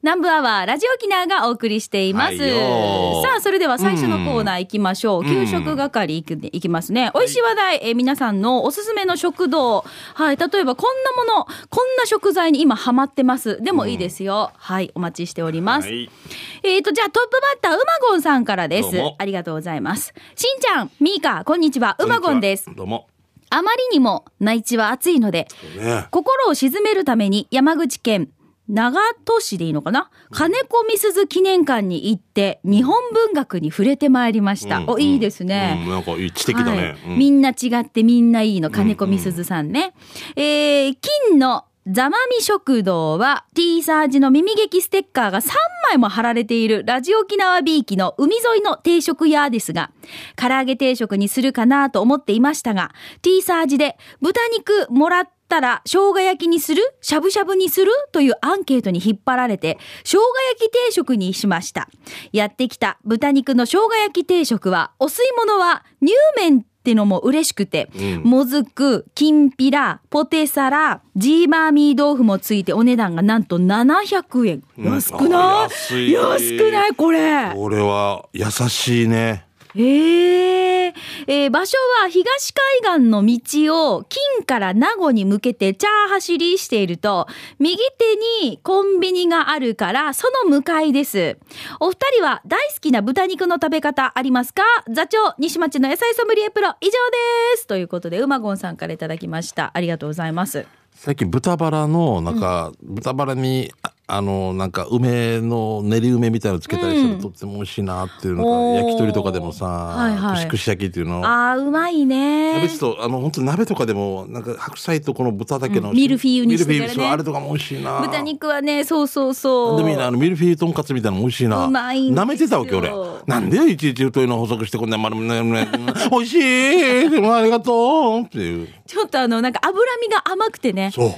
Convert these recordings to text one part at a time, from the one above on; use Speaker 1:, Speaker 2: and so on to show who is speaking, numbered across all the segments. Speaker 1: 南部アワーラジオキナーがお送りしています。
Speaker 2: はいよー
Speaker 1: さあ、それでは最初のコーナー行きましょう。給食係行く行きますね。美味しい話題、えー皆さんのおすすめの食堂。はい、例えばこんなもの、こんな食材に今ハマってます。でもいいですよ。はい、お待ちしております。
Speaker 2: はい
Speaker 1: えっ、と、じゃあトップバッター、うまごんさんからです
Speaker 2: どうも。
Speaker 1: ありがとうございます。しんちゃん、みーか、こんにちは。うまごんです。
Speaker 2: どうも。
Speaker 1: あまりにも内地は暑いので、
Speaker 2: ね。
Speaker 1: 心を鎮めるために山口県長門市でいいのかな金子みすず記念館に行って日本文学に触れてまいりました。
Speaker 2: うん
Speaker 1: お、いいです
Speaker 2: う
Speaker 1: ね。
Speaker 2: ん、なんかいい知的だね。
Speaker 1: は
Speaker 2: う
Speaker 1: い
Speaker 2: ん
Speaker 1: みんな違ってみんないいの金子みすずさんね。えー、金のざまみ食堂は T サージの耳劇ステッカーが3枚も貼られているラジオ沖縄ビーキの海沿いの定食屋ですが、唐揚げ定食にするかなと思っていましたが、T サージで豚肉もらったら生姜焼きにするしゃぶしゃぶにするというアンケートに引っ張られて、生姜焼き定食にしました。やってきた豚肉の生姜焼き定食は、お吸い物は乳麺ってのも嬉しくて、もずく、きんぴら、ポテサラ、ジーマーミー豆腐もついてお値段がなんと700円。
Speaker 2: うん
Speaker 1: 安くない、
Speaker 2: あ安い
Speaker 1: 安くないこれ。
Speaker 2: これは優しいね。
Speaker 1: えええー場所は東海岸の道を金から名護に向けてチャー走りしていると、右手にコンビニがあるから、その向かいです。お二人は大好きな豚肉の食べ方ありますか座長、西町の野菜ソムリエプロ、以上です。ということで、うまごんさんからいただきました。ありがとうございます。
Speaker 2: 最近豚バラのなんか、豚バラにああのなんか梅の練り梅みたいなのつけたりするととっても美味しいなっていうの
Speaker 1: おー
Speaker 2: が焼き鳥とかでもさ、
Speaker 1: はいはい
Speaker 2: 串串焼きっていうの
Speaker 1: あー、うまいね。
Speaker 2: キャベツとあの本当鍋とかでもなんか白菜とこの豚だけの、
Speaker 1: うんミルフィーユにしてからね
Speaker 2: ミルフィーユそうあれとかも美味しいな
Speaker 1: 豚肉はね、そうそうそう。
Speaker 2: でもいいなあのミルフィーユとんかつみたいなのも美味しいな
Speaker 1: うまいんですよ
Speaker 2: 舐めてたわけ俺なんでよいちいち太いの補足してこんな丸めなね美味しいでもありがとうっていう
Speaker 1: ちょっとあの、なんか脂身が甘くてね。
Speaker 2: そう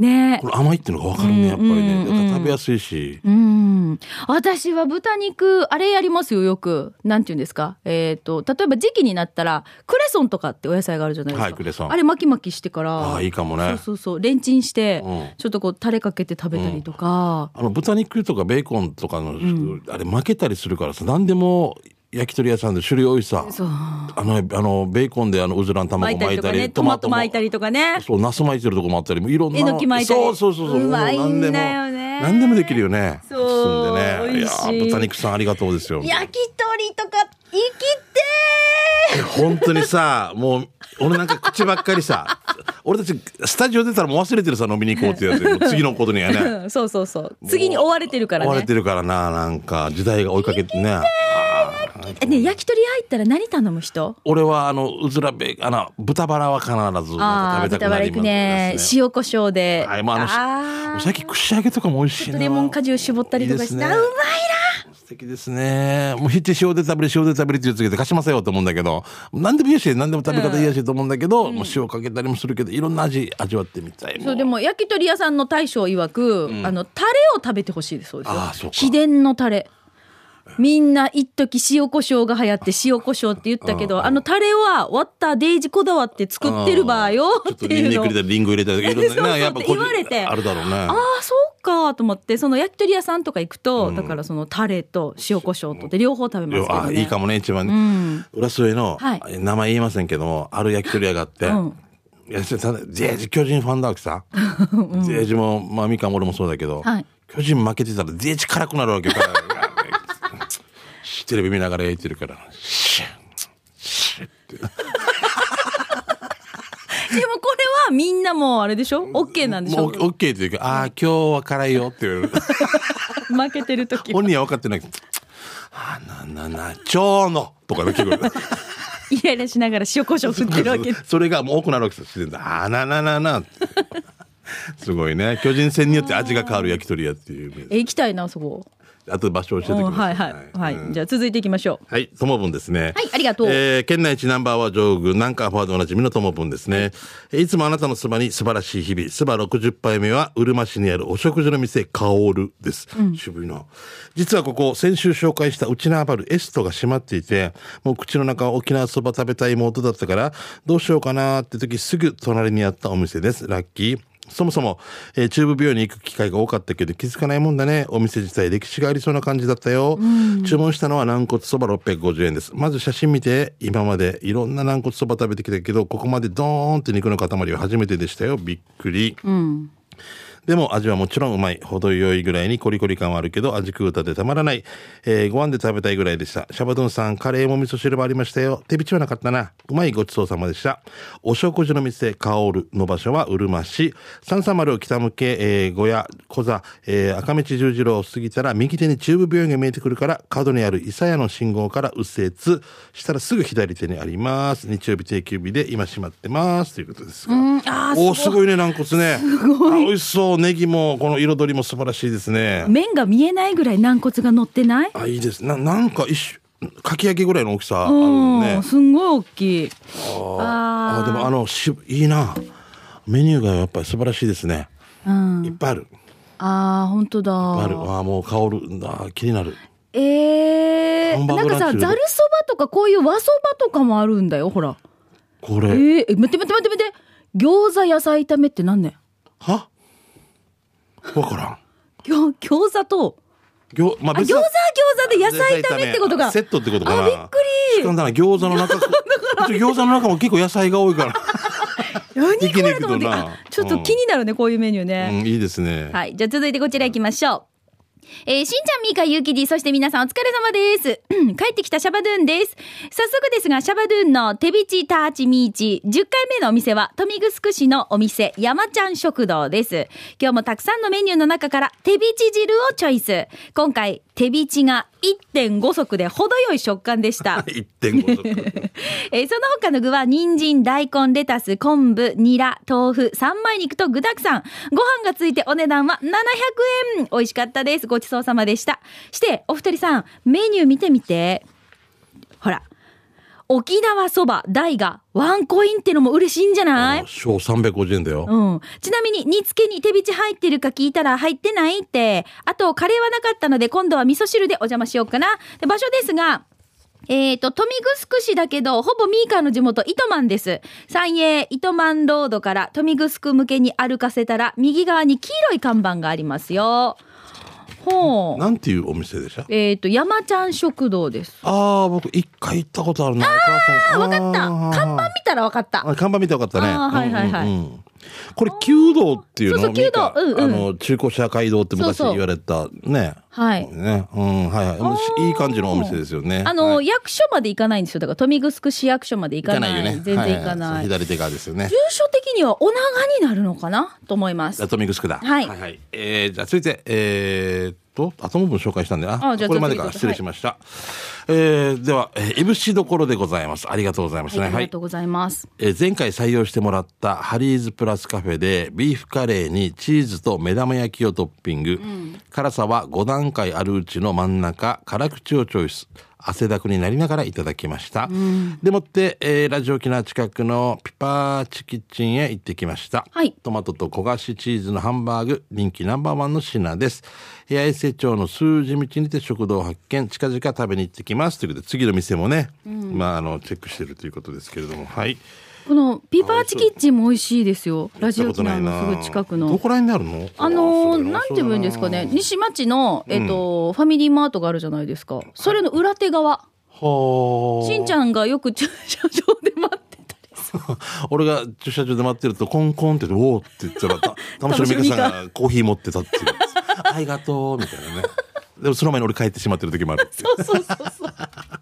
Speaker 1: ね
Speaker 2: これ甘いっていうのが分かるねやっぱり
Speaker 1: う
Speaker 2: ね、
Speaker 1: んうんうん
Speaker 2: だから食べやすいし
Speaker 1: うん。私は豚肉、あれやりますよ、よく。なんて言うんですか。えっ、と、例えば時期になったら、クレソンとかってお野菜があるじゃないですか。
Speaker 2: はいクレソン
Speaker 1: あれ巻き巻きしてから。
Speaker 2: ああいいかもね
Speaker 1: そうそうそう。レンチンして、
Speaker 2: うん
Speaker 1: ちょっとこう、タレかけて食べたりとか。
Speaker 2: あの豚肉とかベーコンとかの、あれ負けたりするからさ何でも焼き鳥屋さんで種類多いさ
Speaker 1: そう。
Speaker 2: あのあのベーコンであのうずらの
Speaker 1: 巻
Speaker 2: 卵
Speaker 1: いた
Speaker 2: 巻
Speaker 1: り
Speaker 2: い
Speaker 1: とか
Speaker 2: たり
Speaker 1: ね、トマト
Speaker 2: も
Speaker 1: 巻いたりとかね。
Speaker 2: そう、ナス巻いてるとこもあったり、いろんな。
Speaker 1: えのき巻いたり
Speaker 2: そうそうそうそう。
Speaker 1: うまいんだよね
Speaker 2: もう何でも何でもできるよね。
Speaker 1: そう
Speaker 2: 包んでね。
Speaker 1: 美味しい
Speaker 2: やー豚肉さんありがとうですよ。
Speaker 1: 焼き鳥とか、生きて
Speaker 2: 本当にさ、もう、俺なんか口ばっかりさ、俺たちスタジオ出たらもう忘れてるさ、飲みに行こうってやつ。も う次のことにはね。
Speaker 1: ーうんそうそうそう。次に追われてるから
Speaker 2: 追わ
Speaker 1: ね
Speaker 2: れ。てるからな、なんか時代が追いかけてね。あー
Speaker 1: えね、焼き鳥入ったら何頼む人
Speaker 2: 俺はあのうずらべあの豚バラは必ずなん
Speaker 1: あ
Speaker 2: か
Speaker 1: あー、
Speaker 2: 食べ
Speaker 1: 豚
Speaker 2: たく
Speaker 1: バ
Speaker 2: な
Speaker 1: ラ
Speaker 2: り
Speaker 1: 行
Speaker 2: ます
Speaker 1: くね。塩コショウで。
Speaker 2: はい、もうあの
Speaker 1: あー
Speaker 2: し、さっき串揚げとかも美味しい
Speaker 1: ちょっ
Speaker 2: な。
Speaker 1: とレモン果汁絞ったりとかして、
Speaker 2: いいですね
Speaker 1: あうまい
Speaker 2: 素敵ですね。もうヒッチ塩で食べる塩で食べるって言うつけて貸しませんよと思うんだけど、何でもいいし、何でも食べ方いいやしと思うんだけど、もう塩かけたりもするけど、いろんな味味わってみたい。
Speaker 1: そうで
Speaker 2: も
Speaker 1: も焼き鳥屋さんの大将曰く、あのタレを食べてほしいですそうですよ
Speaker 2: あーそうか
Speaker 1: 秘伝のタレみんな一時塩コショウが流行って塩コショウって言ったけどあのタレは割ったデイジこだわって作ってる場合よ
Speaker 2: ちょ
Speaker 1: っ
Speaker 2: っと
Speaker 1: て
Speaker 2: ニン
Speaker 1: いう
Speaker 2: ニク
Speaker 1: の
Speaker 2: 入れたり、リンゴ入れたり、いろん
Speaker 1: そう
Speaker 2: な
Speaker 1: そう
Speaker 2: ね、やっぱ
Speaker 1: って言われて
Speaker 2: あるだろうね
Speaker 1: あ。あそうかと思ってその焼き鳥屋さんとか行くと、だからそのタレと塩コショウとで両方食べますけど、ね、
Speaker 2: あいいかもね、一番ね。浦添の、
Speaker 1: はい
Speaker 2: 名前言いませんけども、ある焼き鳥屋があって、
Speaker 1: うん
Speaker 2: いや、ただ、ジェージ巨人ファンだわけさ。ジェージも、まあ、みかんも俺もそうだけど、
Speaker 1: はい
Speaker 2: 巨人負けてたら、ジェージ辛くなるわけよ。辛い テレビ見ながら焼いてるから、シュッ
Speaker 1: でもこれはみんなもうあれでしょ OK なんでし
Speaker 2: も
Speaker 1: ょ
Speaker 2: う、オッケーっていうか、ああー、今日は辛いよっ ていう。
Speaker 1: 負けてる時は
Speaker 2: 本人は分かってないけど、あーな、な、な、蝶のとかね、結構。
Speaker 1: イライラしながら塩コショウ振ってるわけ
Speaker 2: それがもう多くなるわけですよ自然とあーななななってすごいね巨人戦によって味が変わる焼き鳥屋っていう
Speaker 1: え行きたいなそこ
Speaker 2: あと場所を教えて
Speaker 1: うん
Speaker 2: くだ
Speaker 1: は
Speaker 2: さ
Speaker 1: い
Speaker 2: い
Speaker 1: はいはい、
Speaker 2: うん
Speaker 1: じゃあ続いていきましょう
Speaker 2: はい、ともぶんですね。
Speaker 1: はいありがとう
Speaker 2: えー県内一ナンバーワン上宮、南関フォワードおなじみのともぶんですね。い、つもあなたのそばに素晴らしい日々、そば60杯目は、うるま市にあるお食事の店、カオルです。渋いな。実はここ、先週紹介したウチナーバルエストが閉まっていて、もう口の中は沖縄そば食べたい妹だったから、どうしようかなって時、すぐ隣にあったお店です。ラッキー。そもそも、えー中部病院に行く機会が多かったけど気づかないもんだね。お店自体歴史がありそうな感じだったよ。注文したのは軟骨そば650円です。まず写真見て、今までいろんな軟骨そば食べてきたけど、ここまでドーンって肉の塊は初めてでしたよ。びっくり。
Speaker 1: うん。
Speaker 2: でも味はもちろんうまい。程よいぐらいにコリコリ感はあるけど、味食うたでたまらない。えーご飯で食べたいぐらいでした。シャバドゥンさん、カレーも味噌汁もありましたよ。手びちはなかったな。うまいごちそうさまでした。お食事の店、カオールの場所はうるま市。330北向け、えー、小屋、小座、えー赤道十字路を過ぎたら、右手に中部病院が見えてくるから、角にある伊佐屋の信号から右折したらすぐ左手にあります。日曜日定休日で今閉まってます。ということですが。
Speaker 1: うん、ああ、
Speaker 2: おー
Speaker 1: す
Speaker 2: す
Speaker 1: ごい。
Speaker 2: ごいね軟骨ねあ美味しそうネギもこの彩りも素晴らしいですね
Speaker 1: 麺が見えないぐらい軟骨が乗ってない
Speaker 2: あいいですななんか一種かき揚げぐらいの大きさある
Speaker 1: うん、
Speaker 2: ね
Speaker 1: すんごい大きい。
Speaker 2: あ
Speaker 1: あ
Speaker 2: でもあのしいいなメニューがやっぱり素晴らしいですね
Speaker 1: うん、
Speaker 2: いっぱいあるいっ
Speaker 1: ああ、本当
Speaker 2: ぱいある
Speaker 1: だ。
Speaker 2: あーもう香るあー気になる
Speaker 1: え
Speaker 2: ハ
Speaker 1: ー、
Speaker 2: ンバ
Speaker 1: な
Speaker 2: ー
Speaker 1: ん
Speaker 2: グ
Speaker 1: か
Speaker 2: ラン
Speaker 1: さ、
Speaker 2: チ
Speaker 1: ざるそばとかこういう和そばとかもあるんだよ、ほら。
Speaker 2: こ
Speaker 1: え
Speaker 2: れ、
Speaker 1: ー、え待って待って待って待って。餃子野菜炒めってなんねん
Speaker 2: はわからん
Speaker 1: 餃餃子と、
Speaker 2: 餃まあ
Speaker 1: あ、餃
Speaker 2: 別
Speaker 1: 子
Speaker 2: だ
Speaker 1: は餃子で野菜炒めってことか。
Speaker 2: セットってことかな
Speaker 1: あ、びっく
Speaker 2: しかもだな餃子の中うち餃子の中も結構野菜が多い から
Speaker 1: り。何これ
Speaker 2: ひき
Speaker 1: と
Speaker 2: 肉と
Speaker 1: 思って。
Speaker 2: な
Speaker 1: あちょっと気になるね、こういうメニューね。
Speaker 2: うん、いいですね。
Speaker 1: はい。じゃあ続いてこちら行きましょう。えーしんちゃん、みーか、ゆうきり、そして皆さんお疲れ様です。うん帰ってきたシャバドゥンです。早速ですが、シャバドゥンの手びちターチミーチ、10回目のお店は、富城市のお店、山ちゃん食堂です。今日もたくさんのメニューの中から、手びち汁をチョイス。今回、手びちが1.5足で程よい食感でした。
Speaker 2: 1.5足。
Speaker 1: えーその他の具は人参、大根、レタス、昆布、ニラ、豆腐、三枚肉と具沢山。ご飯がついてお値段は700円。美味しかったです。ごちそうさまでした。して、お二人さん、メニュー見てみて。ほら。沖縄そば大がワンコインってのも嬉しいんじゃない
Speaker 2: 小350円だよ。
Speaker 1: うん。ちなみに、煮付けに手びち入ってるか聞いたら入ってないって。あと、カレーはなかったので、今度は味噌汁でお邪魔しようかな。で場所ですが、えー、と、富城市だけど、ほぼミーカーの地元、糸満です。三栄糸満ロードから富城向けに歩かせたら、右側に黄色い看板がありますよ。ほう。
Speaker 2: なんていうお店でした
Speaker 1: えー、と、山ちゃん食堂です。
Speaker 2: ああ、僕一回行ったことあるな。お母さんあ
Speaker 1: わかった。
Speaker 2: ー
Speaker 1: 看板見たらわかった。
Speaker 2: あ看板見てよかったね。
Speaker 1: あーはいはいはい
Speaker 2: うんうんうんこれ、弓道っていうの
Speaker 1: そうそう弓道
Speaker 2: みか
Speaker 1: うんうん
Speaker 2: あの、中古車街道って昔
Speaker 1: そうそう
Speaker 2: 言われたね。
Speaker 1: はい。
Speaker 2: ね。うん、はいはいもうし。いい感じのお店ですよね。
Speaker 1: あの、
Speaker 2: はい
Speaker 1: 役所まで行かないんですよ。だから、富城市役所まで行
Speaker 2: 行
Speaker 1: か
Speaker 2: か
Speaker 1: ない。
Speaker 2: ないよね。
Speaker 1: 全然行か
Speaker 2: は
Speaker 1: な。
Speaker 2: はいそう左手側ですよね
Speaker 1: 住。所的にはお長になるのかなと思います
Speaker 2: ア。トミックスクだ。
Speaker 1: はい
Speaker 2: はいはい。えーじゃあ続いて、えーっと、アトム分紹介したんで、あ
Speaker 1: あじゃあ
Speaker 2: これまで
Speaker 1: ちょ
Speaker 2: か。
Speaker 1: っと
Speaker 2: 失礼しました。えーでは、えーいぶしどころでございます。ありがとうございますね。
Speaker 1: はい、あ
Speaker 2: は
Speaker 1: りが
Speaker 2: い
Speaker 1: と。うございます。
Speaker 2: えー前回採用してもらったハリーズプラスカフェでビーフカレーにチーズと目玉焼きをトッピング、辛さは5段階あるうちの真ん中辛口をチョイス汗だくになりながらいただきました、でもって、えーラジオ沖縄近くのピパーチキッチンへ行ってきました、
Speaker 1: はい
Speaker 2: トマトと焦がしチーズのハンバーグ人気ナンバーワンの品です部屋衛生庁の数字道にて食堂を発見近々食べに行ってきますということで次の店もね、まああのチェックしてるということですけれどもはい
Speaker 1: このピーパーチキッチンも美味しいですよ。ラジオ沖縄のすぐ近く
Speaker 2: ど
Speaker 1: の。
Speaker 2: こら辺にあるの
Speaker 1: あのー、なんて言うんですかね。西町の、えっ、と、ファミリーマートがあるじゃないですか。それの裏手側。
Speaker 2: はあ
Speaker 1: しんち
Speaker 2: ん
Speaker 1: ゃんがよく駐車場で待ってたりする。
Speaker 2: 俺が駐車場で待ってるとコンコンって言って「おお」って言った らた玉城美香さんがコーヒー持ってたっていう「ありがとう」みたいなねでもその前に俺帰ってしまってる時も あるっていう
Speaker 1: そうそうそう そう。あ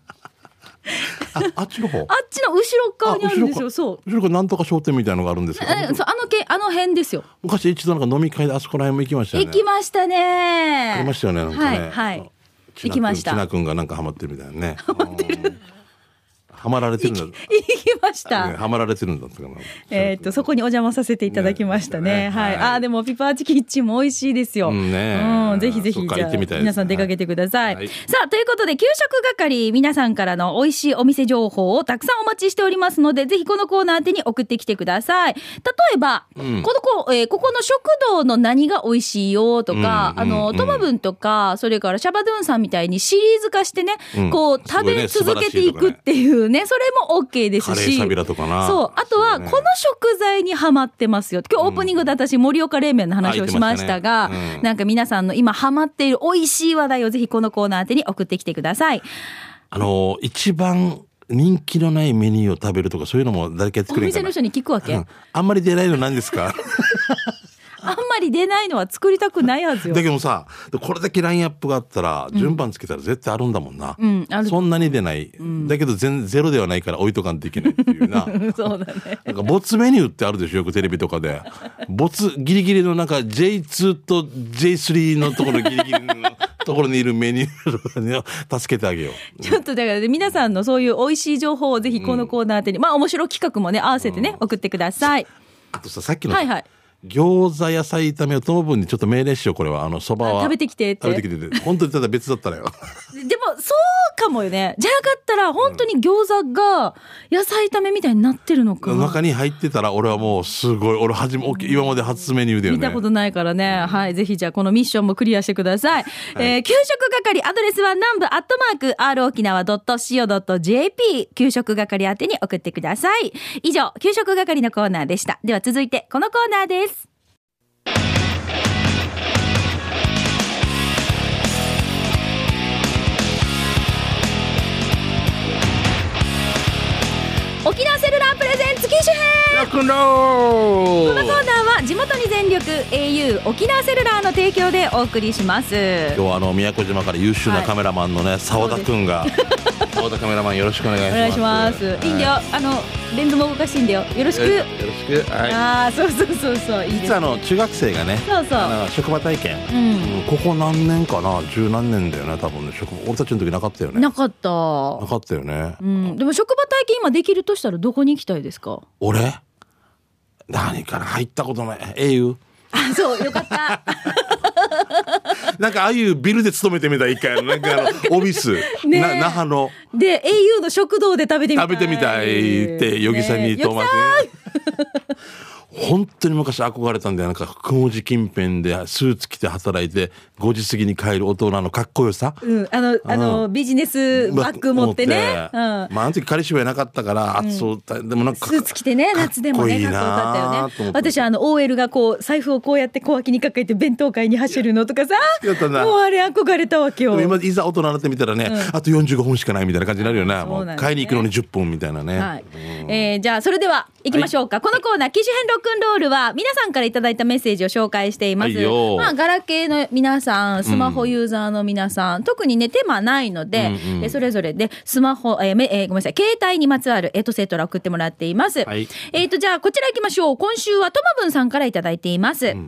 Speaker 2: ああっちの方
Speaker 1: っちの後ろっ側にあるんですよ。そう。
Speaker 2: 後ろからなんとか商店みたいなのがあるんですよ
Speaker 1: えそうあのけあの辺ですよ。
Speaker 2: 昔一度なんか飲み会であそこら辺も行きましたよね
Speaker 1: 行きましたね。
Speaker 2: ありましたよねなんかね
Speaker 1: はい、はい。
Speaker 2: ちな
Speaker 1: 行きまし
Speaker 2: ち
Speaker 1: た
Speaker 2: な。くんがなんかハマってるみたいなねハマってるハマられてるんだ
Speaker 1: 行きまし
Speaker 2: ね
Speaker 1: た。
Speaker 2: ハマられてるんだったかな
Speaker 1: えーっと、そこにお邪魔させていただきましたね。
Speaker 2: ね
Speaker 1: はい。
Speaker 2: はい
Speaker 1: あーでも、ピパーチキッチンも美味しいですよ。
Speaker 2: うんね
Speaker 1: うんぜひぜひ、
Speaker 2: そっか
Speaker 1: じゃ
Speaker 2: 行
Speaker 1: あ、
Speaker 2: ってみたいですね
Speaker 1: 皆さん出かけてください。
Speaker 2: はい
Speaker 1: さあ、ということで、給食係、皆さんからの美味しいお店情報をたくさんお待ちしておりますので、ぜひこのコーナー宛てに送ってきてください。例えば、このこ、えーここの食堂の何が美味しいよとか、
Speaker 2: うんうん
Speaker 1: あの、トマブンとか、それからシャバドゥンさんみたいにシリーズ化してね、
Speaker 2: うん
Speaker 1: こう、
Speaker 2: す
Speaker 1: 食
Speaker 2: ごい
Speaker 1: べ
Speaker 2: ね
Speaker 1: 続けていくっていうですね。それも OK ですし。
Speaker 2: カレーサビラとかな
Speaker 1: そう。あとは、この食材にはまってますよ。今日オープニングで私、盛岡冷麺の話をしましたが、
Speaker 2: あ言ってましたねうん
Speaker 1: なんか皆さんの今ハマっている美味しい話題をぜひこのコーナー宛てに送ってきてください。
Speaker 2: あの、一番人気のないメニューを食べるとか、そういうのも誰か
Speaker 1: お
Speaker 2: 作れんか
Speaker 1: 店
Speaker 2: な
Speaker 1: の人に聞くわけ、
Speaker 2: うんあんまり出ないの何で すか
Speaker 1: あんまり出ないのは作りたくないはず
Speaker 2: だ
Speaker 1: よ。
Speaker 2: けどさ、これだけラインアップがあったら、順番つけたら絶対あるんだもんな。
Speaker 1: うん、ある。
Speaker 2: そんなに出ない。だけど全、ゼロではないから置いとかんといけないっていうな。
Speaker 1: そうだね。
Speaker 2: なんか、没メニューってあるでしょよくテレビとかで。没、ギリギリのなんか J2 と J3 のところ、ギリギリのところにいるメニューとかに助けてあげよう。
Speaker 1: ちょっとだからね、皆さんのそういう美味しい情報をぜひこのコーナー宛てに、まあ面白企画もね、合わせてね、送ってください。
Speaker 2: あとさ、さっきのさ
Speaker 1: はいはい。
Speaker 2: 餃子野菜炒めをともぶんにちょっと命令しよう、これは。あの、そばは。
Speaker 1: あ食べてきてって
Speaker 2: 食べてきてって。本当にただ別だったらよ。
Speaker 1: でも、そうかもよね。じゃなかったら、本当に餃子が野菜炒めみたいになってるのか。
Speaker 2: 中に入ってたら俺はもうすごい、俺初め、今まで初メニューだよね。
Speaker 1: 見たことないからね。はい。ぜひ、じゃあ、このミッションもクリアしてください。えー給食係、アドレスは南部アットマーク、r 沖縄 .co.jp、給食係宛てに送ってください。以上、給食係のコーナーでした。では、続いて、このコーナーです。沖縄セルラープレゼンツ機種編
Speaker 2: ロックンロ
Speaker 1: このコーナ
Speaker 2: ール
Speaker 1: ーは地元に全力 au 沖縄セルラーの提供でお送りします
Speaker 2: 今日はあの、宮古島から優秀なカメラマンのね、澤田くんが。澤田カメラマンよろしくお願いし
Speaker 1: お
Speaker 2: ます。
Speaker 1: 願いします、い、いんだよあのレンズも動かしていいんだよよろしく、
Speaker 2: はい。よろしく。よろしく。は
Speaker 1: ああそうそうそうそういい
Speaker 2: い。
Speaker 1: で
Speaker 2: 実
Speaker 1: す
Speaker 2: はあの、中学生がね、
Speaker 1: そうそう
Speaker 2: あの職場体験。
Speaker 1: う
Speaker 2: うんんここ何年かな十何年だよね、多分ね。職場俺たちの時なかったよね。
Speaker 1: なかった
Speaker 2: なかったよね。
Speaker 1: うん、でも職場体験今できるとしたらどこに行きたいですか
Speaker 2: 俺何かな入ったことない。英雄
Speaker 1: あそうよかった
Speaker 2: なんかああいうビルで勤めてみたい一回なん かあのオフィス、
Speaker 1: ねえ
Speaker 2: な那覇の
Speaker 1: で au の食堂で食べてみたい
Speaker 2: 食べてみたいってヨギさん
Speaker 1: ね
Speaker 2: に問われて、本当に昔憧れたんだよなんかくもじ近辺でスーツ着て働いて5時過ぎに帰る大人のかっこよさ
Speaker 1: うん、あのあの、ビジネスバッグ持ってね、う
Speaker 2: 持っ
Speaker 1: ん
Speaker 2: て、まああの時彼氏はいなかったから、あそうだでもなんか
Speaker 1: スーツ着てね、夏でもね、かっこよかったよ
Speaker 2: と思
Speaker 1: ね。
Speaker 2: って
Speaker 1: 私、あの、OL がこう、財布をこうやって小脇にかけて弁当会に走るのとかさ、
Speaker 2: やったな
Speaker 1: もうあれ憧れたわけ
Speaker 2: で
Speaker 1: よ
Speaker 2: も。今いざ大人になってみたらね、あと45分しかないみたいな感じになるよね
Speaker 1: そうなん
Speaker 2: も
Speaker 1: で
Speaker 2: う
Speaker 1: すね
Speaker 2: 買いに行くのに10分みたいなね、
Speaker 1: はい。えーじゃあ、それでは、行きましょうか。このコーナー、機種編ロックンロールは、皆さんからいただいたメッセージを紹介していま
Speaker 2: は
Speaker 1: す
Speaker 2: い。よ
Speaker 1: まあ、ガラケーの皆さん、スマホユーザーの皆さん、特にね、手間ないので、
Speaker 2: うんうん
Speaker 1: えーそれぞれで、スマホ、えーめえーごめんなさい、携帯にまつわるエトセトラ送ってもらっています。
Speaker 2: はい
Speaker 1: えーと、じゃあ、こちら行きましょう。今週は、とまぶんさんからいただいています。しんちゃん、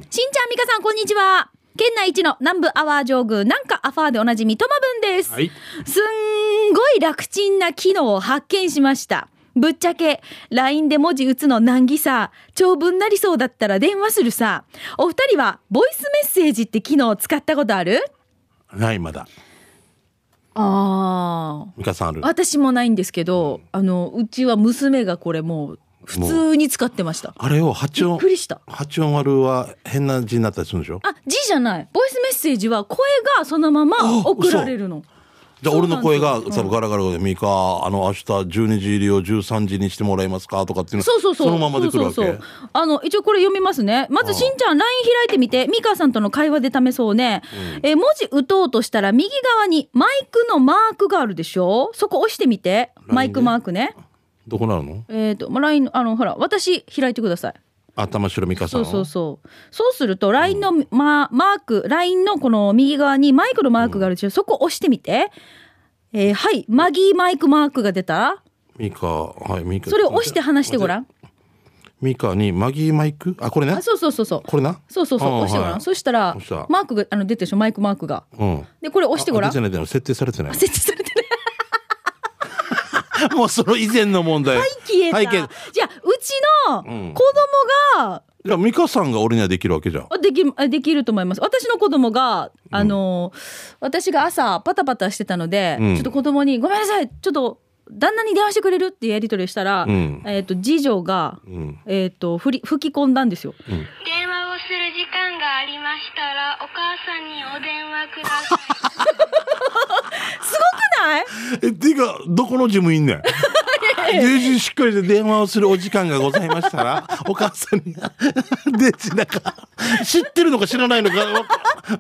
Speaker 1: みかさん、こんにちは。県内一の南部アワー上宮、なんかアファーでおなじみ、とまぶんです。
Speaker 2: はい
Speaker 1: すんごい楽ちんな機能を発見しました。ぶっちゃけ、LINE で文字打つの難儀さ、長文なりそうだったら電話するさ。お二人は、ボイスメッセージって機能を使ったことある
Speaker 2: ないまだ
Speaker 1: ああ。
Speaker 2: 美香さんある
Speaker 1: 私もないんですけど、あの、うちは娘がこれもう、普通に使ってました。
Speaker 2: あれを八
Speaker 1: びっ
Speaker 2: 音
Speaker 1: くりした。
Speaker 2: 八音割るは変な字になったりするんでしょ
Speaker 1: あ、字じゃない。ボイスメッセージは声がそのまま送られるの。
Speaker 2: じゃあ俺の声
Speaker 1: そう
Speaker 2: が
Speaker 1: なんです
Speaker 2: さガラガラで「ミカあの明日12時入りを13時にしてもらえますか?」とかっていうの
Speaker 1: そうそうそう。
Speaker 2: そのままで来るわけ
Speaker 1: そうそうそうあの、一応これ読みますね。まず、しんちゃん、LINE 開いてみて、ミカさんとの会話で試そうね。えー、文字打とうとしたら、右側にマイクのマークがあるでしょそこ押してみて。
Speaker 2: で
Speaker 1: マイクマークね。
Speaker 2: どこなるの
Speaker 1: えっ、と、まあ LINE の、あの、ほら、私、開いてください。
Speaker 2: 頭白美香さ
Speaker 1: そ
Speaker 2: ん
Speaker 1: う
Speaker 2: を
Speaker 1: そうそう。そうすると、LINE のマ,、マーク、LINE のこの右側にマイクのマークがあるでしょそこ押してみて。えーはい、マギーマイクマークが出た
Speaker 2: 美香はい美香
Speaker 1: それを押して話してごらん。
Speaker 2: 美香にマギーマイクあこれね
Speaker 1: あ、そうそうそうそう。
Speaker 2: これな
Speaker 1: そうそうそう、
Speaker 2: あー
Speaker 1: 押してごらん。
Speaker 2: はい
Speaker 1: そしたら
Speaker 2: 押した、
Speaker 1: マークが、あの、出てるでしょ、マイクマークが。
Speaker 2: うん
Speaker 1: で、これ押してごら
Speaker 2: あ
Speaker 1: ん。
Speaker 2: 出て
Speaker 1: 設
Speaker 2: ない出てない設定されてない
Speaker 1: 置されてない。
Speaker 2: もうその以前の問題。はい
Speaker 1: 消えた。
Speaker 2: 消えた
Speaker 1: じゃあ、うちの
Speaker 2: うん
Speaker 1: 子供が、
Speaker 2: じゃあ、ミカさんが俺にはできるわ けじゃん。
Speaker 1: あできる、あできると思います。私の子供が、あの、私が朝、パタパタしてたので、
Speaker 2: うん
Speaker 1: ちょっと子供に、ごめんなさい、ちょっと、旦那に電話してくれるっていうやり取りをしたら、
Speaker 2: うん
Speaker 1: えっ、と、次女が、
Speaker 2: うん。
Speaker 1: えっ、と、ふり、吹き込んだんですよ。
Speaker 3: 電話をする時間がありましたらお母さんにお電話ください
Speaker 1: すごくない
Speaker 2: え、ていうか、どこのジムいんねん。友人しっかりで電話をするお時間がございましたら、お母さんに、 で、なんか、知ってるのか知らないのか、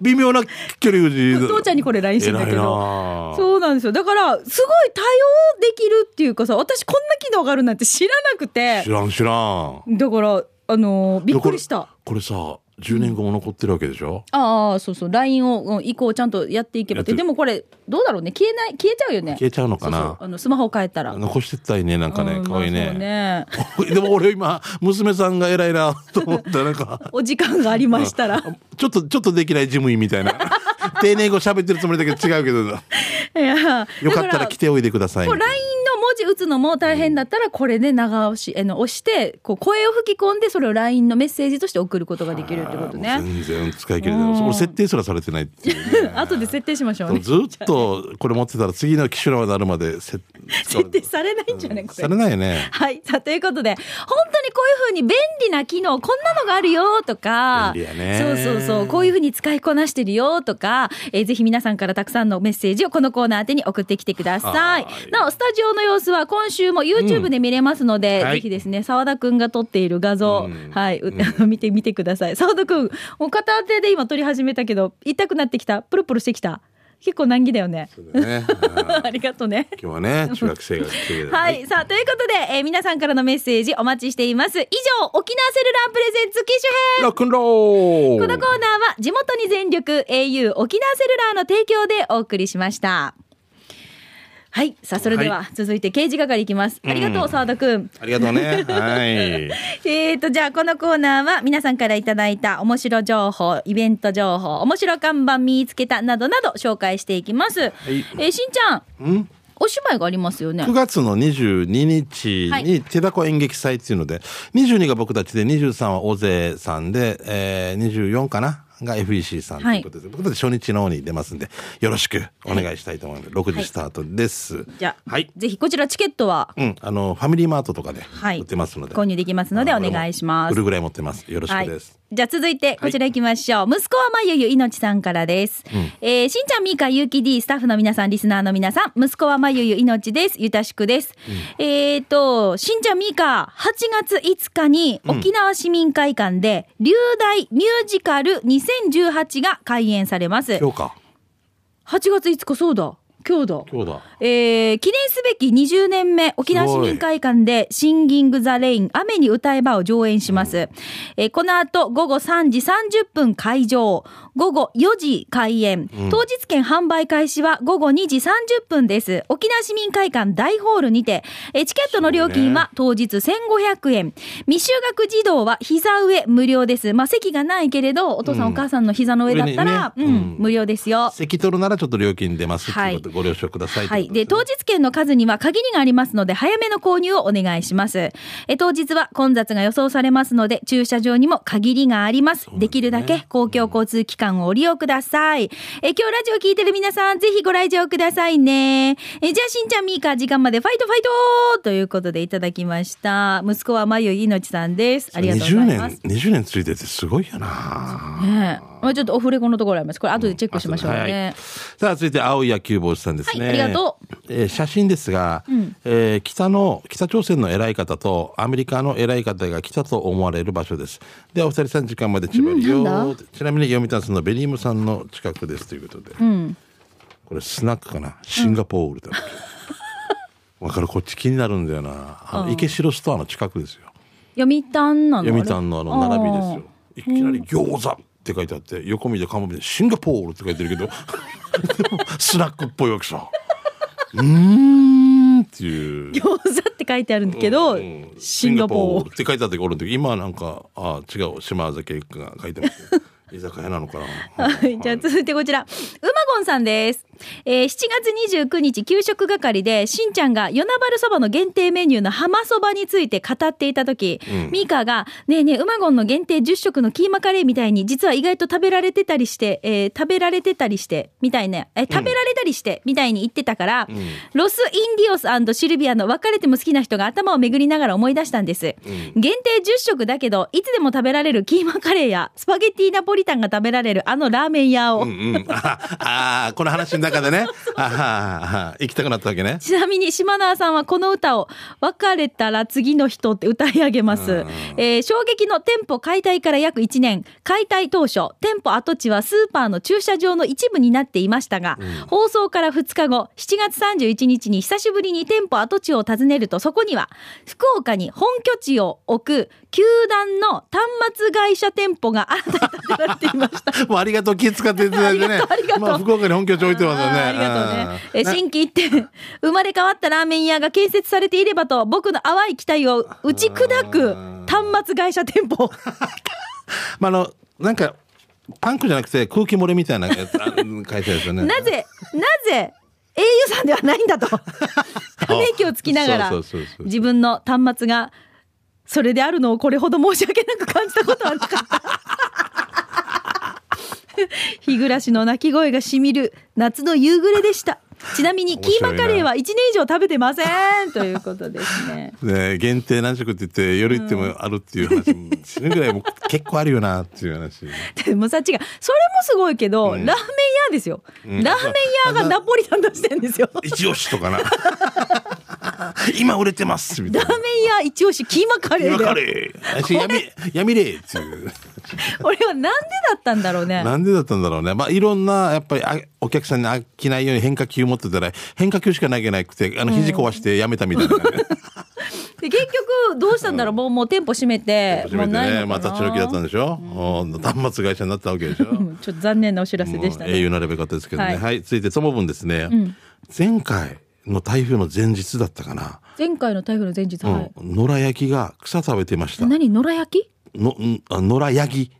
Speaker 2: 微妙な距離で。
Speaker 1: 父ちゃんにこれ LINE してんだけ
Speaker 2: 偉いな
Speaker 1: ど。
Speaker 2: あ
Speaker 1: そうなんですよ。だから、すごい対応できるっていうかさ、私こんな機能があるなんて知らなくて
Speaker 2: 知。らん知らん。
Speaker 1: だから、あのーびっくりした。
Speaker 2: これこれさ、10年後も残ってるわけでしょ、
Speaker 1: ああ、そうそう、LINE を、うん以降ちゃんとやっていけばって。
Speaker 2: やって
Speaker 1: でもこれ、どうだろうね。消えない、消えちゃうよね。
Speaker 2: 消えちゃうのかな
Speaker 1: そうそうあの、スマホを変えたら。
Speaker 2: 残してったいね、なんかね、
Speaker 1: うん
Speaker 2: 可愛い
Speaker 1: まあそう
Speaker 2: ね。 でも俺今、娘さんが偉いなと思った、なんか。
Speaker 1: お時間がありましたら。
Speaker 2: ちょっと、ちょっとできない事務員みた いな。丁寧語喋ってるつもりだけど違うけど、よ
Speaker 1: いや
Speaker 2: かったら来ておいでください
Speaker 1: こう。LINE の文字打つのも大変だったらこれで長押し、えの押してこう声を吹き込んでそれを LINE のメッセージとして送ることができるってこと
Speaker 2: あー
Speaker 1: ね
Speaker 2: もう全然使い切れ
Speaker 1: う
Speaker 2: なんい。俺設定すらされてないっていうね
Speaker 1: 後で設定しましょうね
Speaker 2: ず っとこれ持ってたら次の機種になるまで設
Speaker 1: 設定されないんじゃないこれ
Speaker 2: されないよね。
Speaker 1: はい。さあ、ということで、本当にこういうふうに便利な機能、こんなのがあるよとか、
Speaker 2: 便利やね
Speaker 1: そうそうそう、こういうふうに使いこなしてるよとか、えーぜひ皆さんからたくさんのメッセージをこのコーナー宛てに送ってきてください。
Speaker 2: はーい
Speaker 1: なお、スタジオの様子は今週も YouTube で見れますので、
Speaker 2: うんはい
Speaker 1: ぜひですね、澤田くんが撮っている画像、
Speaker 2: うん
Speaker 1: はいう 見てみてください。澤田くん、もう片手で今撮り始めたけど、痛くなってきたプルプルしてきた結構難儀だよね。
Speaker 2: ね
Speaker 1: ありがとうね。
Speaker 2: 今日はね、中学生が来てくれた
Speaker 1: はい、さあということで、えー皆さんからのメッセージお待ちしています以上沖縄セルラープレゼンツ機種編
Speaker 2: ロックンロー
Speaker 1: こ
Speaker 2: ル
Speaker 1: のコーナーは地元に全力 au 沖縄セルラーの提供でお送りしましたはいさあそれでは続いて刑事係いきます、ありがとう澤田くん
Speaker 2: ありがとうね。はい。
Speaker 1: えーとじゃあこのコーナーは皆さんからいただいた面白情報イベント情報面白看板見つけたなどなど紹介していきます、
Speaker 2: い
Speaker 1: えーしんちゃん
Speaker 2: うん
Speaker 1: お芝居がありますよね
Speaker 2: 9月の22日
Speaker 1: は
Speaker 2: に
Speaker 1: い
Speaker 2: 手だこ演劇祭っていうので、22が僕たちで23は大勢さんで、えー、24かなが FEC さんということで、僕たち初日の方に出ますんで、よろしくお願いしたいと思います。6時スタートです。
Speaker 1: じゃあ、
Speaker 2: はい。
Speaker 1: ぜひこちらチケットは
Speaker 2: うん、あの、ファミリーマートとかで
Speaker 1: はい
Speaker 2: 売ってますので。
Speaker 1: 購入できますのでお願いします
Speaker 2: 売るぐらい持ってます。よろし
Speaker 1: は
Speaker 2: く
Speaker 1: い
Speaker 2: です。。
Speaker 1: じゃあ続いてこちら行きましょう。息子はまゆゆいのちさんからです。えーしんちゃん、みーか、ゆうき D、スタッフの皆さん、リスナーの皆さん、息子はまゆゆいのちです。ゆたしくです。えっ、と、しんちゃん、みーか、8月5日に沖縄市民会館で、流大ミュージカル2018が開演されます。8
Speaker 2: 今日か。
Speaker 1: 月5日、そうだ。今日だ。
Speaker 2: 今日だ。
Speaker 1: えー記念すべき20年目沖縄市民会館で「シンギング・ザ・レイン雨に歌えば」を上演します、えーこの後午後3時30分会場午後4時開演、当日券販売開始は午後2時30分です沖縄市民会館大ホールにて、えーチケットの料金は当日1500円未就学児童は膝上無料です、まあ、席がないけれどお父さんお母さんの膝の上だったら、
Speaker 2: うん
Speaker 1: うん
Speaker 2: うん
Speaker 1: 無料ですよ
Speaker 2: 席取るならちょっと料金出ますっていうことでご了承ください。
Speaker 1: はい。で、当日券の数には限りがありますので、早めの購入をお願いします。え、当日は混雑が予想されますので、駐車場にも限りがあります。できるだけ公共交通機関をお利用ください。え、今日ラジオ聞いてる皆さん、ぜひご来場くださいね。え、じゃあ、しんちゃん、みーか、時間までファイトファイトということでいただきました。息子はまゆいのちさんです。ありがとうございます。
Speaker 2: 20年、20年ついててすごいよな。
Speaker 1: ねえまあちょっとオフレコのところあります。これ後でチェックしましょうね。
Speaker 2: はいさあ続いて青い野球帽子さんですね、
Speaker 1: はいありがと
Speaker 2: う、えー写真ですが、えー北の北朝鮮の偉い方とアメリカの偉い方が来たと思われる場所ですでお二人さん時間まで千葉利
Speaker 1: うん
Speaker 2: 用
Speaker 1: なん
Speaker 2: ちなみに読谷さんのベリームさんの近くですということで、これスナックかなシンガポールだっけ、わかるこっち気になるんだよなあの池城ストアの近くですよ
Speaker 1: 読谷なの
Speaker 2: 読谷のあの並びです
Speaker 1: あー
Speaker 2: よいきなり餃子って書いてあって横見で看板見てシンガポールって書いてるけど でもスナックっぽいわけさうーんっていう
Speaker 1: 餃子って書いてあるんだけど、
Speaker 2: うん
Speaker 1: シンガポール
Speaker 2: って書いてあった時俺の時今はなんかあ違う島崎が書いてます ね居酒屋なのか な
Speaker 1: はい、じゃあ続いてこちら、うまごんさんです。えー、7月29日、給食係で、しんちゃんが与那原そばの限定メニューの浜そばについて語っていた時
Speaker 2: うん
Speaker 1: ミーカが、ねえねえ、うまごんの限定10食のキーマカレーみたいに、実は意外と食べられてたりして、えー食べられてたりして、みたいな、えー食べられたりして、みたいに言ってたから、ロス・インディオスシルビアの別れても好きな人が頭を巡りながら思い出したんです。限定10食だけど、いつでも食べられるキーマカレーや、スパゲッティナポリタンが食べられるあのラーメン屋を、
Speaker 2: うんうんああーこの話に中でね。あははは行きたくなったわけね。
Speaker 1: ちなみに島縄さんはこの歌を「別れたら次の人」って歌い上げます、えー衝撃の店舗解体から約1年解体当初店舗跡地はスーパーの駐車場の一部になっていましたが、放送から2日後7月31日に久しぶりに店舗跡地を訪ねるとそこには福岡に本拠地を置く球団の端末会社店舗が新たに建てられていました
Speaker 2: もうありがとう気使っていただいてね。
Speaker 1: ありがとうありがとう
Speaker 2: まあ、福岡に本拠地置いてますよね。
Speaker 1: あーありがとうね。え
Speaker 2: うん
Speaker 1: 新規一点、生まれ変わったラーメン屋が建設されていればと、僕の淡い期待を打ち砕く
Speaker 2: あー
Speaker 1: 端末会社店 舗。
Speaker 2: まあ、あの、なんか、パンクじゃなくて空気漏れみたいなやつ、あ会社ですよね。
Speaker 1: なぜ、なぜ、au さんではないん だと、ため息をつきながら
Speaker 2: そうそうそう、そう
Speaker 1: 自分の端末が、それであるのをこれほど申し訳なく感じたことはなかった。 日暮らしの鳴き声がしみる夏の夕暮れでした。ちなみにキーマカレーは1年以上食べてませんということですね。
Speaker 2: ね限定何食って言って夜行ってもあるっていう話も死ぬぐらいもう結構あるよなっていう話
Speaker 1: でもさ違うそれもすごいけど、ラーメン屋ですよ、
Speaker 2: ん
Speaker 1: ラーメン屋がナポリタン出してんですよラ
Speaker 2: 一押しとかな 今売れてますみたい
Speaker 1: ーメン屋一押しキーマカレー
Speaker 2: な今
Speaker 1: だ
Speaker 2: カ
Speaker 1: よ
Speaker 2: レー私闇闇レーっ ていう
Speaker 1: 俺はなんでだったんだろうね
Speaker 2: なんでだったんだろうねまあいろんなやっぱりあお客さんに飽きないように変化球持ってたら変化球しか投げなくてあの肘壊してやめたみたいな、ね
Speaker 1: で結局どうしたんだろう、もうもう店舗閉めて
Speaker 2: 初
Speaker 1: もう
Speaker 2: めて
Speaker 1: ないのかな
Speaker 2: ねまた立ち退きだったんでしょ、うん端末会社になったわけでしょ
Speaker 1: うんちょっと残念なお知らせでした
Speaker 2: もう英
Speaker 1: ね
Speaker 2: 雄な呼べ方ですけどね。
Speaker 1: は
Speaker 2: はいい、続いてともぶんですね、前回の台風の前日だったかな。
Speaker 1: 前回の台風の前日、はい
Speaker 2: うん。野良焼きが草食べてました。の、
Speaker 1: 何野良焼き
Speaker 2: んあ野良ヤギ。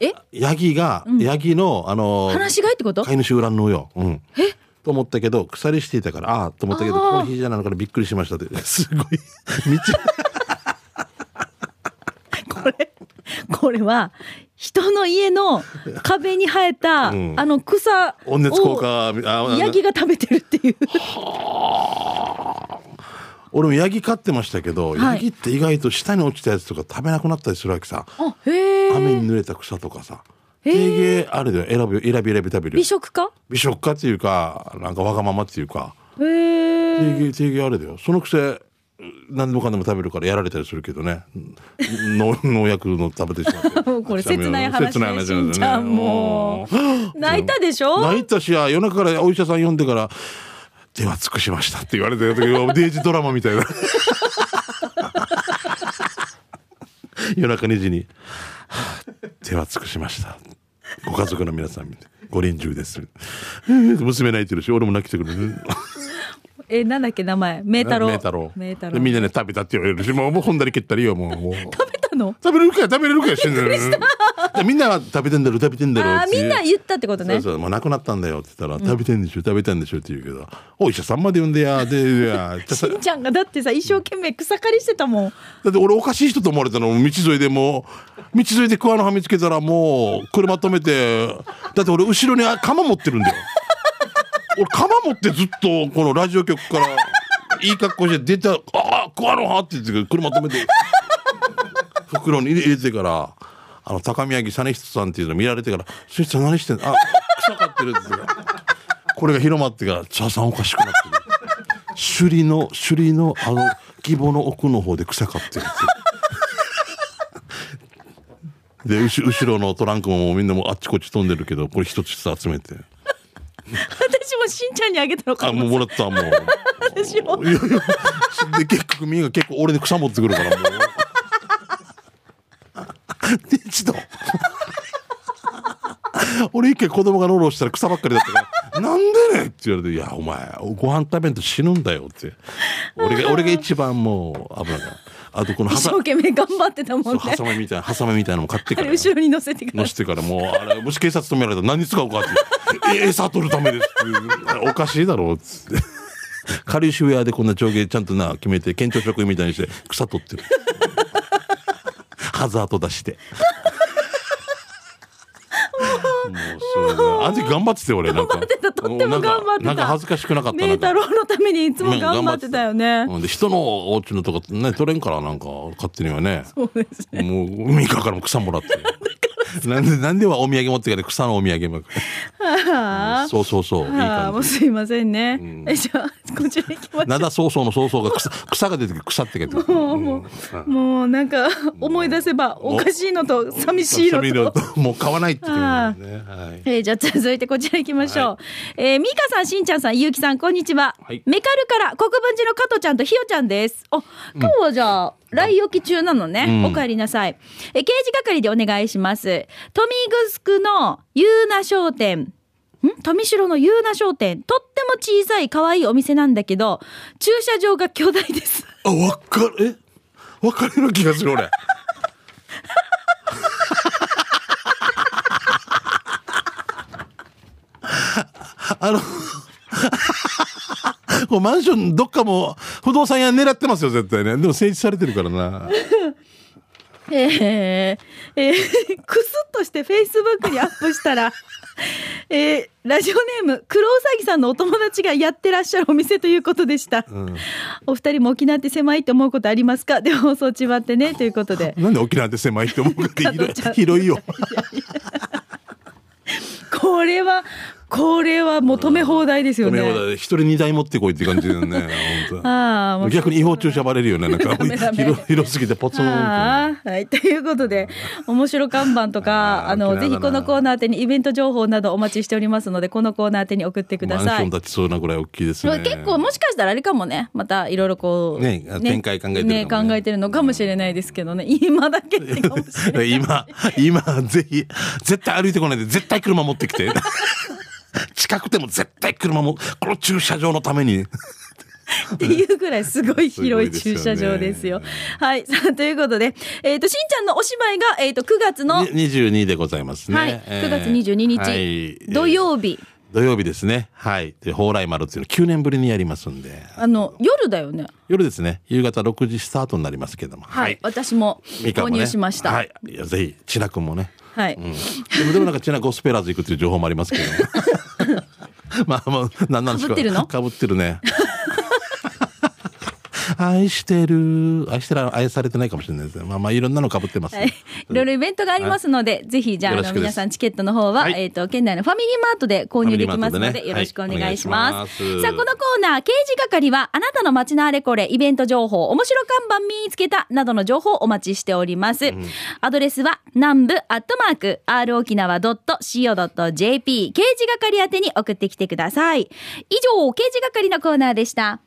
Speaker 1: え
Speaker 2: ヤギが、ヤギの、あのー、
Speaker 1: 話し飼いってこと
Speaker 2: 飼い主裏のよ。うん。えと思ったけど、鎖していたから、ああ、と思ったけど、
Speaker 1: あー
Speaker 2: この日じゃないのからびっくりしましたって。 すごい。道、
Speaker 1: これこれは人の家の壁に生えた、
Speaker 2: ん
Speaker 1: あの草を
Speaker 2: 温熱効果、あ
Speaker 1: ヤギが食べてるっていう
Speaker 2: 俺もヤギ飼ってましたけど、
Speaker 1: はい
Speaker 2: ヤギって意外と下に落ちたやつとか食べなくなったりするわけさ。
Speaker 1: あへえ
Speaker 2: 雨に濡れた草とかさ。
Speaker 1: へー
Speaker 2: 定芸あれだよ選ぶ選び選び食べる
Speaker 1: 美
Speaker 2: よ
Speaker 1: 食家
Speaker 2: 美食家っていうかなんかわがままっていうか
Speaker 1: へ
Speaker 2: 定
Speaker 1: え
Speaker 2: 芸定芸あれだよそのくせ何でもかんでも食べるからやられたりするけど ね農農薬の食べてしまって
Speaker 1: もうこれ切ない話ね
Speaker 2: 切ない話なんだよね
Speaker 1: しんちゃんも
Speaker 2: うん
Speaker 1: 泣いたでしょ
Speaker 2: 泣いたし夜中からお医者さん呼んでから「手は尽くしました」って言われてる時デイジドラマみたいな 夜中2時に「手は尽くしました」ご家族の皆さん見てご臨終です娘泣いてるし俺も泣きてくる
Speaker 1: えなんだっけ名前名太郎
Speaker 2: メータロ
Speaker 1: 名太
Speaker 2: で
Speaker 1: 郎
Speaker 2: みんなね食べたって言われるしもうもうほんだり蹴ったりよもうもう
Speaker 1: 食べたの
Speaker 2: 食べれるかよ食べれるかよ死んでるでみんなは食べてんだろ食べてんだろ
Speaker 1: あー
Speaker 2: ってい
Speaker 1: み
Speaker 2: うん
Speaker 1: な言ったってこと
Speaker 2: そ
Speaker 1: ね
Speaker 2: うそう、もうなくなったんだよって言ったら、食べてんでしょ、食べてんでしょって言うけど、お医者さんまで呼んでや、で、いや、ちょっ
Speaker 1: し
Speaker 2: と
Speaker 1: んちゃんがだってさ一生懸命草刈りしてたもん
Speaker 2: だって俺おかしい人と思われたの、道沿いでもう、道沿いで桑の葉見つけたらもう、車止めて、だって俺後ろにあ鎌持ってるんだよ。俺鎌持ってずっと、このラジオ局から、いい格好して出た、ああ、桑の葉って言ってくる車止めて、袋に入れてから、あの、高宮城実人さんっていうの見られてから、そいつ何してんのあ、草買ってるって言ってこれが広まってから、茶さんおかしくなってる。首里の首里のあの希望の奥の方で草刈ってるって いうで後後ろのトランクももうみんなもうあっちこっち飛んでるけどこれ一つずつ集めて
Speaker 1: 私もしんちゃんにあげたのか
Speaker 2: あもうもらったもう
Speaker 1: 私 も
Speaker 2: いやいやで結局みんな結構俺に草持ってくるからもうで一度俺一回子供がロロしたら草ばっかりだったから「なんでね」って言われて「いやお前ご飯食べんと死ぬんだよ」って俺が俺が一番もう危ないからあとこの
Speaker 1: 一
Speaker 2: ハ
Speaker 1: 生
Speaker 2: サ
Speaker 1: 懸命頑張ってたもんね
Speaker 2: ハサミみたいなハサミみたいなのも買って
Speaker 1: あ
Speaker 2: か
Speaker 1: れ
Speaker 2: ら
Speaker 1: 後ろに乗せてから
Speaker 2: 乗してからもうあれもし警察止められたら何に使うかっていう「え餌取るためです」っていうおかしいだろう」っつって軽石ウェアでこんな上下ちゃんとな決めて県庁職員みたいにして草取ってる ハザード出してもうそうだあの時頑張ってたよ俺なんか
Speaker 1: 頑張ってたとっても頑張ってた
Speaker 2: なんかなんか恥ずかしくなかった
Speaker 1: 名
Speaker 2: なんか
Speaker 1: 太郎のためにいつも頑張ってたよね
Speaker 2: うんで人のお家のとかね取れんからなんか勝手にはね
Speaker 1: そうです
Speaker 2: もう海からも草もらって なんで、なんではお土産持ってから草のお土産も。
Speaker 1: あ
Speaker 2: そうそうそう。いい
Speaker 1: あ、も
Speaker 2: 感
Speaker 1: う
Speaker 2: じ。
Speaker 1: すいませんね。
Speaker 2: ん
Speaker 1: え、じゃあ、こちら行きましょ
Speaker 2: なだそうそうのそうそうが草、草が出てくる草って書いてある
Speaker 1: う。もう、もう、もうなんか、思い出せば、おかしいのと、寂しいの
Speaker 2: 寂しいの
Speaker 1: と。
Speaker 2: ともう買わないって言ってるんだよね。は い。
Speaker 1: えーじゃあ続いてこちら行きましょう。えー、ミカさん、しんちゃんさん、ゆうきさん、こんにちは。
Speaker 2: はい
Speaker 1: メカルから国分寺の加藤ちゃんとひよちゃんです。あ、今日はじゃあ、来沖中なのね。
Speaker 2: うん
Speaker 1: お帰りなさい。えー、刑事係でお願いします。富城のゆうな商店。ん富城のゆうな商店。とっても小さい可愛いお店なんだけど、駐車場が巨大です。
Speaker 2: あ、わかる、えわかるような気がする、俺。あの、こうマンションどっかも不動産屋狙ってますよ、絶対ね。でも整地されてるからな。
Speaker 1: えーえー くすっとしてフェイスブックにアップしたら、 えーラジオネーム黒うさぎさんのお友達がやってらっしゃるお店ということでした、
Speaker 2: ん
Speaker 1: お二人も沖縄って狭いと思うことありますかで放送ちまって ねということで
Speaker 2: なんで沖縄って狭いって思う かって
Speaker 1: 加藤ちゃん
Speaker 2: 広い広いよ。
Speaker 1: これはこれはもう止め放題ですよね、
Speaker 2: 一人二台持ってこいって感じだよ ね。本当
Speaker 1: ああもう
Speaker 2: 逆に違法駐車バレるよ ね。なんか
Speaker 1: ダメダメ
Speaker 2: 広広すぎてポツンと。
Speaker 1: ああはい、ということで、面白看板と
Speaker 2: あ
Speaker 1: か、
Speaker 2: ー
Speaker 1: あ
Speaker 2: 沖
Speaker 1: の、
Speaker 2: 縄
Speaker 1: ぜ
Speaker 2: だな
Speaker 1: ひこのコーナー宛てにイベント情報などお待ちしておりますので、このコーナー宛てに送ってくだ
Speaker 2: マンシ
Speaker 1: さ
Speaker 2: ョ
Speaker 1: い
Speaker 2: ン。立ちそうなぐらい大きいで すね。
Speaker 1: 結構もしかしたらあれかもねまたいろいろこう
Speaker 2: ね展開考えてるの
Speaker 1: ね
Speaker 2: かもね
Speaker 1: 考えてるのかもしれないですけどね今だけってかもしれ ない
Speaker 2: 今、今、ぜひ、絶対歩いてこないで、絶対車持ってきて。 近くても絶対車も、この駐車場のために。
Speaker 1: っていうぐらいすごい広い駐車場ですよ。
Speaker 2: すごい
Speaker 1: はいさあということで、えっとしんちゃんのお芝居が、えっと9月の、
Speaker 2: に22でございますね。
Speaker 1: はい、
Speaker 2: えー
Speaker 1: 9月22日、
Speaker 2: はい
Speaker 1: 土曜日
Speaker 2: 土曜日ですね。はい。で、蓬莱丸っていうの9年ぶりにやりますんで。
Speaker 1: あの夜だよね
Speaker 2: 夜ですね。夕方6時スタートになりますけども。
Speaker 1: はい、。私も
Speaker 2: みか
Speaker 1: 購
Speaker 2: んもね
Speaker 1: 入しました。
Speaker 2: はい。いや、ぜひ、千奈君もね。
Speaker 1: はい
Speaker 2: うん。でも、でもなんか千奈ゴスペラーズ行くっていう情報もありますけど。 まあまあ、なんなんですか。
Speaker 1: 被ってるの
Speaker 2: かぶって るね。愛してる。愛してる、愛されてないかもしれないですね。まあまあ、いろんなの被ってます、ね。
Speaker 1: はい、いろいろイベントがありますので、ぜひ、じゃあ、あ
Speaker 2: よろし
Speaker 1: の、
Speaker 2: くです
Speaker 1: 皆さん、チケットの方は、
Speaker 2: はい
Speaker 1: えっ、と、県内のファミリーマートで購入できますの
Speaker 2: ファミリーマート
Speaker 1: で、
Speaker 2: でね
Speaker 1: よろしくお願いします。
Speaker 2: はいお願いします
Speaker 1: さあ、このコーナー、刑事係は、あなたの街のあれこれ、イベント情報、面白看板見つけた、などの情報をお待ちしております。アドレスは、南部アットマーク、r 沖縄 .co.jp、刑事係宛てに送ってきてください。以上、刑事係のコーナーでした。